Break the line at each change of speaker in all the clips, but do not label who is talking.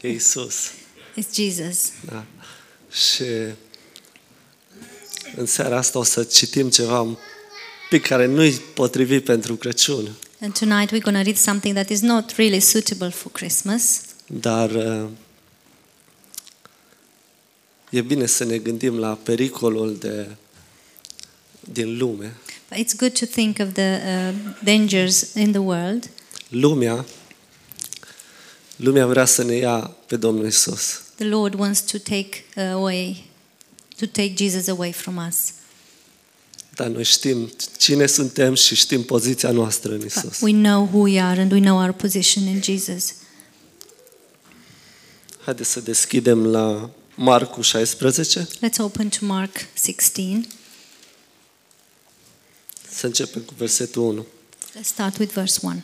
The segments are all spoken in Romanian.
E Isus.
It's Jesus.
Da. Și în seara asta o să citim ceva un pic care nu-i potrivit pentru Crăciun,
And tonight we're going to read something that is not really suitable for Christmas,
dar uh, e bine să ne gândim la pericolul de, din lume.
but it's good to think of the uh, dangers in the world.
Lumea, lumea vrea să ne ia pe Domnul Isus.
The Lord wants to take uh, away, to take Jesus away from us.
Dar noi știm cine suntem și știm poziția noastră în Isus.
But we know who we are and we know our position in Jesus.
Haideți să deschidem la Marcu 16,
Let's open to Mark 16.
să începem cu versetul 1.
Let's start with verse 1.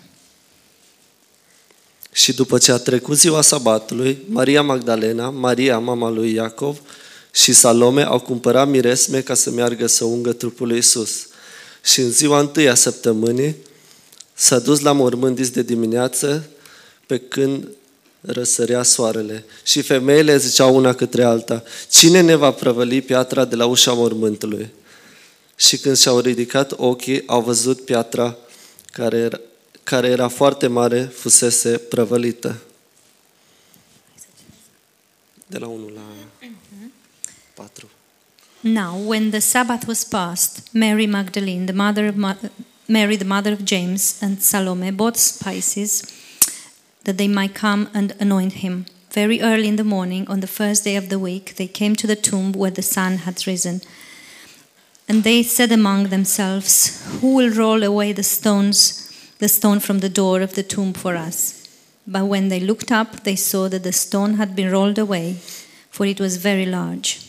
Și după ce a trecut ziua sabatului, Maria Magdalena, Maria, mama lui Iacov și Salome au cumpărat miresme ca să meargă să ungă trupul lui Isus. Și în ziua întâia săptămânii s-a dus la mormânt dis de dimineață pe când răsărea soarele. Și femeile ziceau una către alta, cine ne va prăvăli piatra de la ușa mormântului? Și când și-au ridicat ochii, au văzut piatra care era, care era foarte mare, fusese prăvălită. De la 1 la 4.
Now, when the Sabbath was past, Mary Magdalene, the mother of Ma- Mary, the mother of James, and Salome bought spices that they might come and anoint him. Very early in the morning, on the first day of the week, they came to the tomb where the sun had risen. And they said among themselves, Who will roll away the stones, the stone from the door of the tomb for us? But when they looked up, they saw that the stone had been rolled away, for it was very large.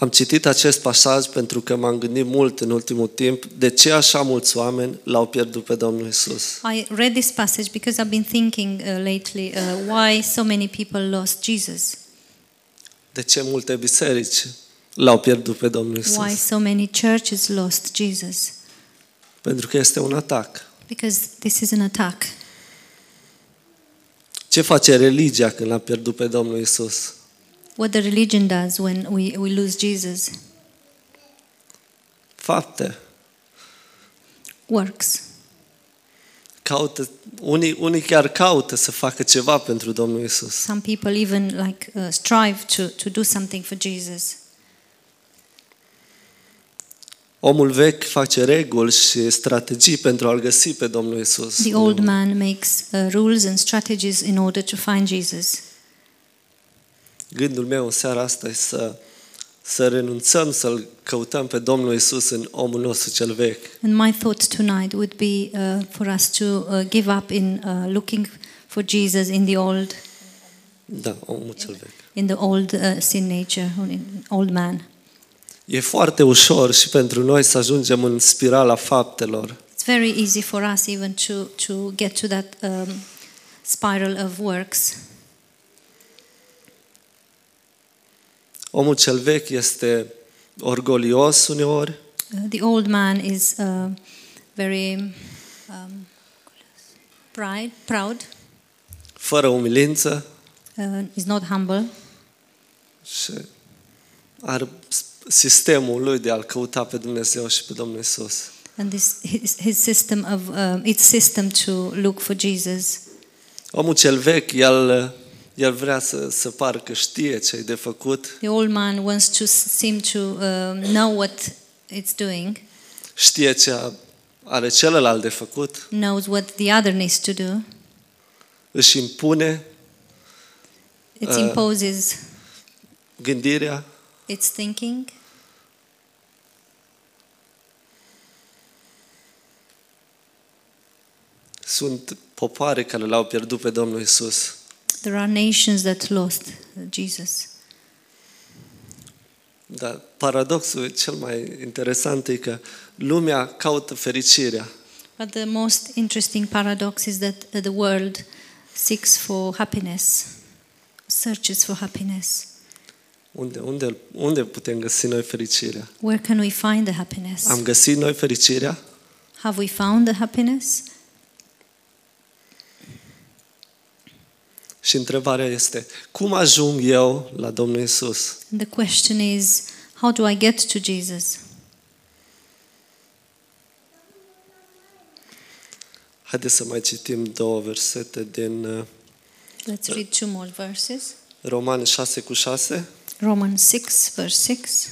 Am citit acest pasaj pentru că m-am gândit mult în ultimul timp de ce așa mulți oameni l-au pierdut pe Domnul Isus.
I read this passage because I've been thinking uh, lately uh, why so many people lost Jesus,
De ce multe biserici l-au pierdut pe Domnul
why
Isus.
so many churches lost Jesus.
Pentru că este un atac.
Because this is an attack.
Ce face religia când l-a pierdut pe Domnul Isus?
What the religion does when we, we lose Jesus
Fapte.
works.
Caută, unii, unii chiar caută să facă ceva pentru Domnul Isus.
Some people even like uh, strive to, to do something for Jesus.
Omul vechi face reguli și strategii pentru a-l găsi pe Domnul Isus.
The old man makes uh, rules and strategies in order to find Jesus.
Gândul meu în seara asta e să, să renunțăm să-l căutăm pe Domnul Isus în omul nostru cel vechi.
And my thought tonight would be uh, for us to uh, give up in uh, looking for Jesus in the old
Da, omul cel vechi.
in the old uh, sin nature, or in old man.
E foarte ușor și pentru noi să ajungem în spirala faptelor.
It's very easy for us even to, to get to that um, spiral of works.
Omul cel vechi este orgolios uneori,
Uh, the old man is uh, very um, pride, proud,
fără umilință
uh, is not humble,
și are sistemul lui de a-l căuta pe Dumnezeu și pe Domnul Isus.
and this his, his system of um its system to look for Jesus.
Omul cel vechi, el, el vrea să, să pară că știe ce ai de făcut,
The old man wants to s- seem to um, know what it's doing,
știe ce a- are celălalt de făcut,
knows what the other needs to do.
își impune
It
Uh,
imposes
gândirea,
its thinking.
sunt popoare care l-au pierdut pe Domnul Isus.
There are nations that lost uh, Jesus.
Dar paradoxul cel mai interesant e că lumea caută fericirea,
But the most interesting paradox is that the world seeks for happiness, searches for happiness.
Unde, unde, unde putem găsi noi fericirea?
Where can we find the happiness?
Am găsit noi fericirea?
Have we found the happiness?
Și întrebarea este, cum ajung eu la Domnul Isus?
And the question is, how do I get to Jesus?
Haideți să mai citim două versete din uh,
Let's read two more verses.
Romani 6 cu 6.
Romans 6, verse 6.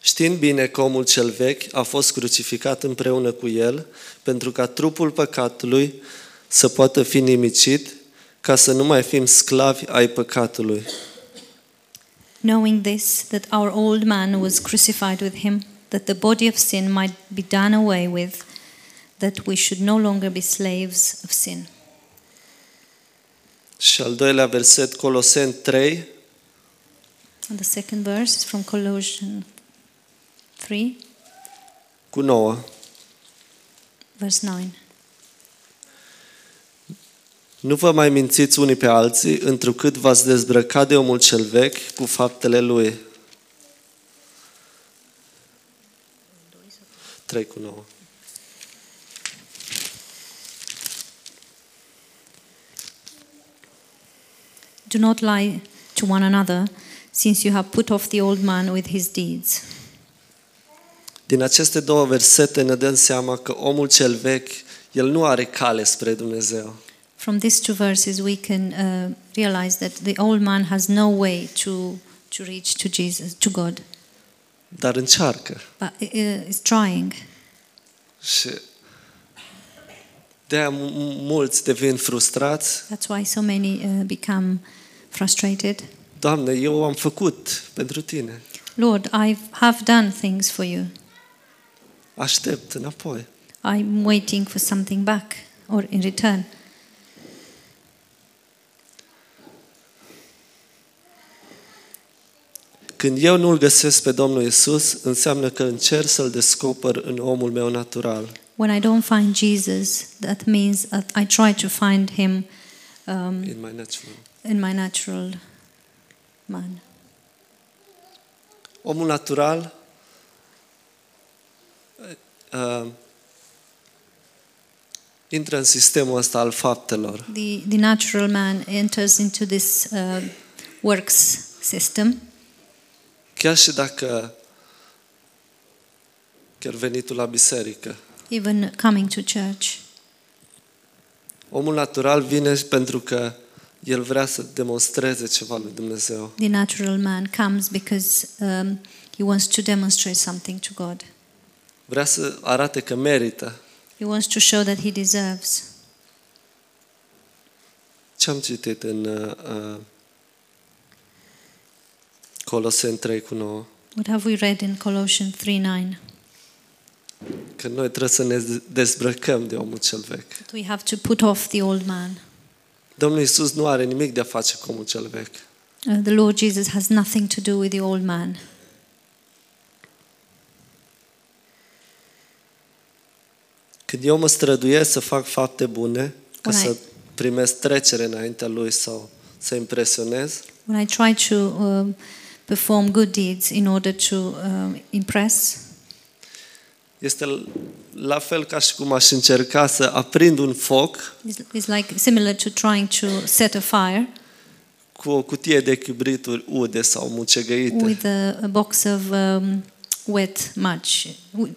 Știind bine că omul cel vechi a fost crucificat împreună cu el, pentru ca trupul păcatului să poată fi nimicit, ca să nu mai fim sclavi ai păcatului.
Knowing this, that our old man was crucified with him, that the body of sin might be done away with, that we should no longer be slaves of sin.
Și al doilea verset, Coloseni 3,
And the second verse is from Colossians 3,
cu 9.
verse 9.
Nu vă mai mințiți unii pe alții, întrucât v-ați dezbrăcat de omul cel vechi cu faptele lui. 3 cu 9.
Do not lie to one another, since you have put off the old man with his deeds.
Din aceste două versete ne dăm seama că omul cel vechi, el nu are cale spre Dumnezeu.
From these two verses, we can uh, realize that the old man has no way to, to reach to Jesus, to God,
Dar încearcă.
but uh, is trying.
Și de-aia mu- mulți devin frustrați.
That's why so many uh, become frustrated.
Doamne, eu am făcut pentru Tine.
Lord, I have done things for you.
Aștept înapoi.
I'm waiting for something back or in return.
Când eu nu-L găsesc pe Domnul Isus, înseamnă că încerc să-L descoper în omul meu natural.
When I don't find Jesus, that means that I try to find him um,
In my natural.
in my natural man.
Omul natural uh, intră în sistemul ăsta al faptelor.
The, the natural man enters into this uh, works system.
Chiar și dacă chiar venitul la biserică.
even coming to church.
Omul natural vine pentru că el vrea să demonstreze ceva lui Dumnezeu.
The natural man comes because um, he wants to demonstrate something to God.
Vrea să arate că merită.
He wants to show that he deserves.
Ce am citit în uh, uh, Coloseni 3 cu 9?
What have we read in Colossians 3 9?
Că noi trebuie să ne dezbrăcăm de omul cel vechi.
That we have to put off the old man.
Domnul Isus nu are nimic de a face cu omul cel vechi.
Uh, the Lord Jesus has nothing to do with the old man.
Când eu mă străduiesc să fac fapte bune, ca
Una e-
să primesc trecere înaintea lui sau să impresionez,
When I try to um, perform good deeds in order to um, impress,
este l- la fel ca și cum aș încerca să aprind un foc
it's, it's like similar to trying to set a fire
cu o cutie de chibrituri ude sau mucegăite.
with a, a box of um, wet match,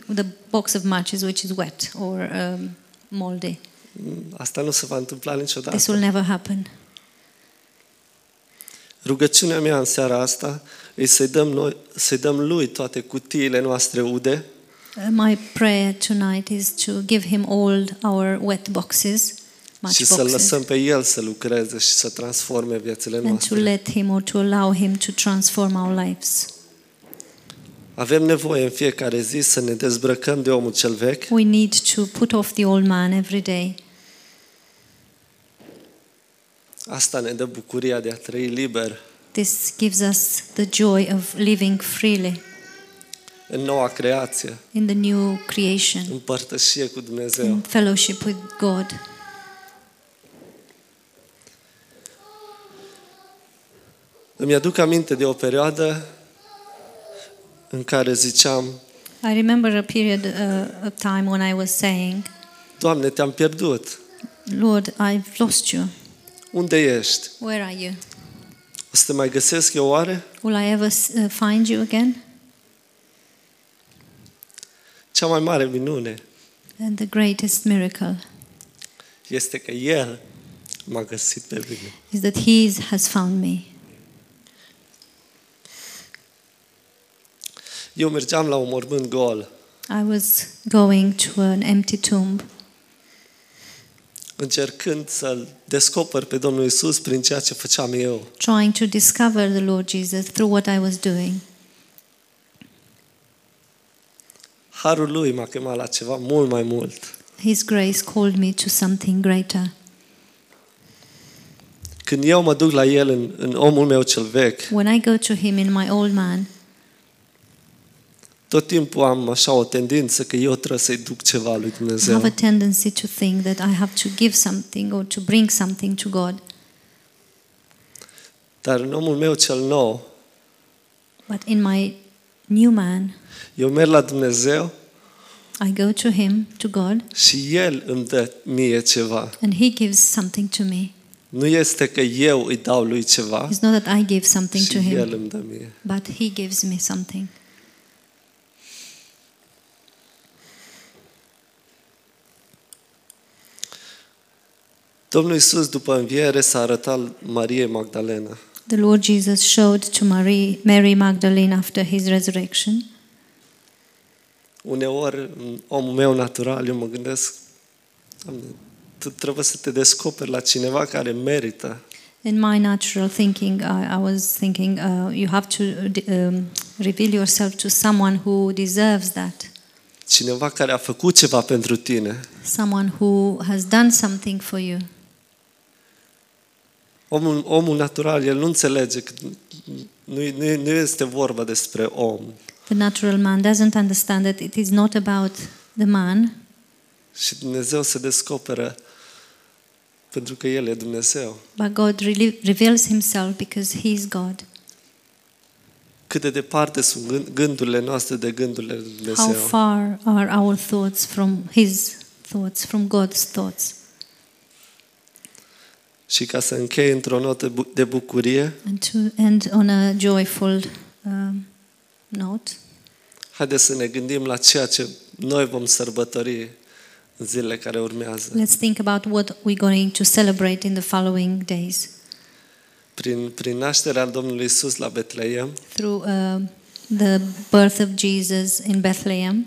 with a box of matches which is wet or um, moldy.
Asta nu se va întâmpla niciodată.
This will never happen.
Rugăciunea mea în seara asta e să-i dăm, noi, să-i dăm lui toate cutiile noastre ude
Uh, my prayer tonight is to give him all our wet boxes, match
și să
boxes,
lăsăm pe el să lucreze și să transforme viețile
and to
noastre.
let him or to allow him to transform our lives.
Avem nevoie în fiecare zi să ne dezbrăcăm de omul cel vechi
We need to put off the old man every day.
Asta ne dă bucuria de a trăi liber
This gives us the joy of living freely
în noua creație,
in the new creation, Mm.
în părtășie cu Dumnezeu.
in fellowship with God.
Îmi aduc aminte de o perioadă în care ziceam,
I remember a period uh, of time when I was saying,
Doamne, te-am pierdut.
Lord, I've lost you.
Unde ești?
Where are you?
O să te mai găsesc eu oare?
Will I ever s- uh, find you again?
Cea mai mare minune
And the greatest miracle
este că El m-a găsit pe mine.
is that He is- has found me.
Eu mergeam la un mormânt gol.
I was going to an empty tomb,
încercând să-L descoper pe Domnul Isus prin ceea ce făceam eu.
trying to discover the Lord Jesus through what I was doing.
Harul Lui m-a chemat la ceva mult mai mult.
His grace called me to something greater.
Când eu mă duc la El în, în omul meu cel vechi,
When I go to Him in my old man,
tot timpul am așa o tendință că eu trebuie să-i duc ceva lui
I have a
Dumnezeu.
tendency to think that I have to give something or to bring something to God.
Dar în omul meu cel nou,
But in my new man,
eu merg la Dumnezeu
I go to Him, to God,
și El îmi dă mie ceva.
and He gives something to me.
Nu este că eu îi dau lui ceva
It's not that I give something to
și El
Him,
îmi dă mie.
but He gives me something.
Domnul Isus după înviere s-a arătat Mariei Magdalena.
The Lord Jesus showed to Marie, Mary Magdalene after His resurrection.
uneori, în omul meu natural, eu mă gândesc, Doamne, tu trebuie să te descoperi la cineva care merită.
In my natural thinking, I, I was thinking uh, you have to uh, d- um, reveal yourself to someone who deserves that,
Cineva care a făcut ceva pentru tine.
someone who has done something for you.
Omul, omul natural, el nu înțelege că nu, nu, nu este vorba despre om.
The natural man doesn't understand that it is not about the man,
Și Dumnezeu se descoperă pentru că El e Dumnezeu.
but God really reveals Himself because He is God.
Cât de departe sunt gând- gândurile noastre de gândurile lui
How
Dumnezeu.
far are our thoughts from His thoughts, from God's thoughts?
Și ca să închei într-o notă bu- de bucurie,
And to end on a joyful um, note,
Haideți să ne gândim la ceea ce noi vom sărbători în zilele care urmează,
let's think about what we're going to celebrate in the following days
prin, prin nașterea Domnului Isus la Betleem,
through uh, the birth of Jesus in Bethlehem.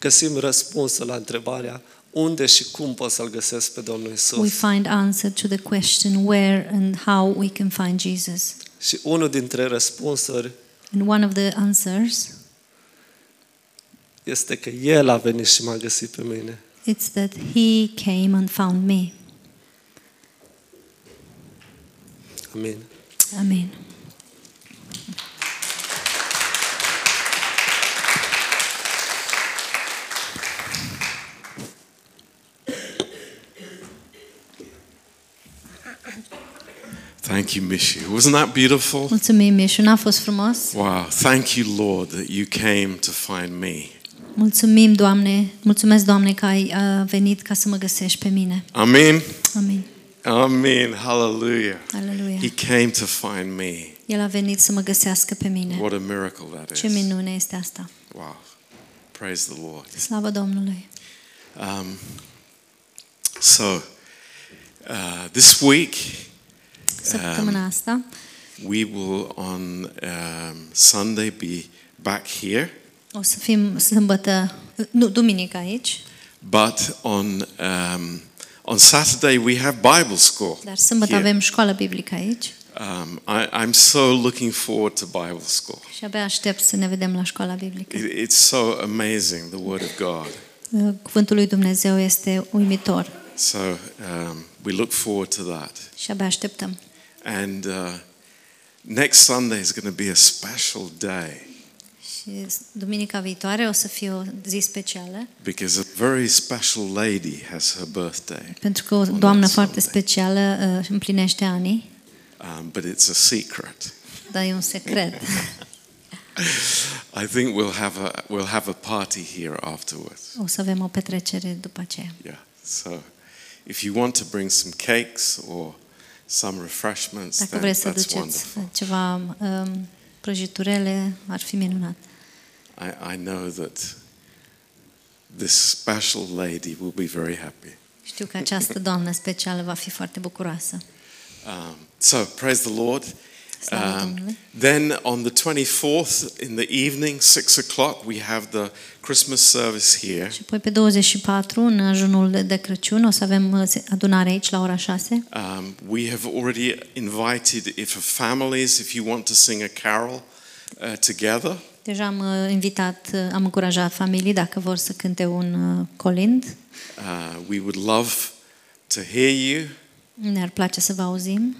găsim răspunsul la întrebarea unde și cum pot să-L găsesc pe Domnul
We
Isus.
find answer to the question where and how we can find Jesus.
Și unul dintre răspunsuri
And one of the answers
este că El a venit și m-a găsit pe mine.
it's that he came and found me.
Amin.
Amen.
Thank you, Mishi. Wasn't that beautiful?
Mulțumim, ești un a fost frumos.
Wow. Thank you, Lord, that you came to find me.
Mulțumim, Doamne, mulțumesc, Doamne, că ai uh, venit ca să mă găsești pe mine.
Amen.
Amen.
Amen. Hallelujah. He
Aleluia.
came to find me.
El a venit să mă găsească pe mine.
What a miracle that
Ce
is.
minune este asta.
Wow. Praise the Lord.
Slavă Domnului.
Um, so, uh, this week,
Săptămâna asta
we will on um, Sunday be back here,
o să fim sâmbătă, nu, duminică aici,
but on, um, on Saturday, we have Bible school.
dar sâmbătă
here.
avem școală biblică aici
Um, I, I'm so looking forward to Bible school.
și abia aștept să ne vedem la școala biblică.
It, it's so amazing, the Word of God.
Uh, Cuvântul lui Dumnezeu este uimitor
So um, we look forward to that.
și abia așteptăm.
And uh, next Sunday is going to be a special day
Și duminica viitoare o să fie o zi specială,
because a very special lady has her birthday.
pentru că o doamnă
Mulțumim.
foarte specială uh, își împlinește ani.
um, but it's a secret.
Dar e un secret.
I think we'll have a we'll have a party here afterwards.
O să avem o petrecere după aceea.
Yeah. So, if you want to bring some cakes or some refreshments,
Dacă
then
vreți să
that's
duceți
wonderful.
ceva um, prăjiturele, ar fi minunat.
I, I know that this special lady will be very happy.
Știu că această doamnă specială va fi foarte bucuroasă.
Um, so praise the Lord. Ah.
Slavă Domnului.
then on the 24th in the evening, six o'clock, we have the Christmas service here.
Și apoi pe 24, în ajunul de- de Crăciun, o să avem uh, se- adunare aici la ora 6.
Um, we have already invited, if families, if you want to sing a carol uh, together,
Deja am uh, invitat, uh, am încurajat familii dacă vor să cânte un uh, colind.
uh, we would love to hear you.
Ne-ar place să vă auzim.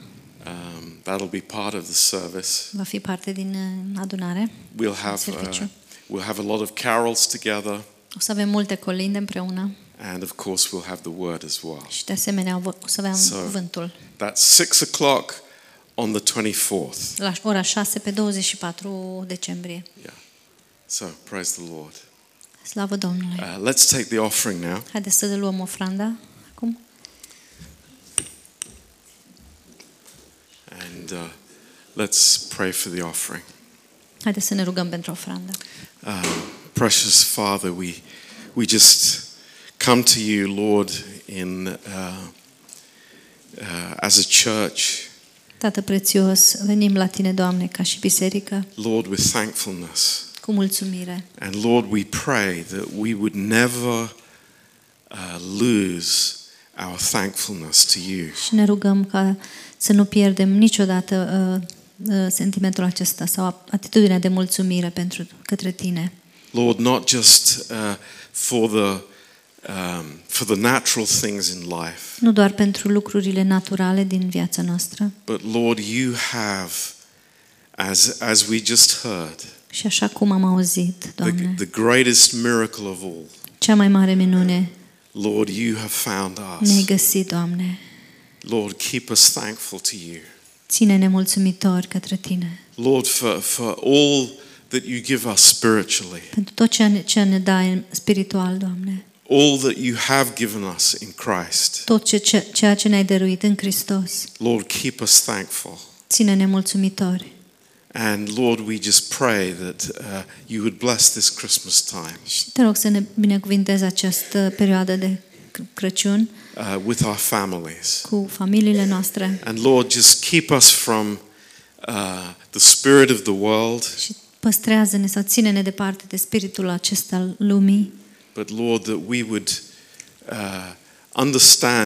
Um, that'll be part of the service.
Va fi parte din uh, adunare.
We'll have uh,
Serviciu.
we'll have a lot of carols together,
O să avem multe colinde împreună
and of course we'll have the word as well.
și de asemenea vo- o să avem
So-
cuvântul.
That's six o'clock on the 24th.
La ora 6 pe 24 decembrie.
So praise the Lord.
Slavă Domnului!
Uh, let's take the offering now.
Haideți să luăm ofranda acum.
And uh, let's pray for the offering.
Haideți să ne rugăm pentru ofrandă.
Um, precious Father, we, we just come to you, Lord, in, uh, uh, as a church,
Tată prețios, venim la Tine, Doamne, ca și biserică,
Lord, with thankfulness.
cu mulțumire.
And Lord, we pray that we would never uh, lose our thankfulness to you.
Și ne rugăm ca să nu pierdem niciodată uh, uh, sentimentul acesta sau atitudinea de mulțumire pentru către Tine.
Lord, not just uh, for, the, um, for the natural things in life,
Nu doar pentru lucrurile naturale din viața noastră.
but Lord, you have, as, as we just heard,
Și așa cum am auzit,
the,
Doamne,
the greatest miracle of all.
cea mai mare minune
Lord, you have found
ne-ai
us.
găsit, Doamne.
Lord, keep us thankful to you.
Ține-ne mulțumitori către Tine.
Lord, for, for all that you give us spiritually,
Pentru tot ce ne, ce ne dai spiritual, Doamne.
all that you have given us in Christ.
Tot ce, ce, ceea ce ne-ai dăruit în Hristos.
Lord, keep us thankful.
Ține-ne mulțumitori.
And Lord, we just pray that uh, you would bless this Christmas time.
Și te rog să ne binecuvintezi această perioadă de Cr- Crăciun
uh, with our families.
cu familiile noastre.
And Lord, just keep us from uh, the spirit of the world,
Și păstrează-ne sau ține-ne departe de spiritul acesta al lumii.
but Lord, that we would uh, understand.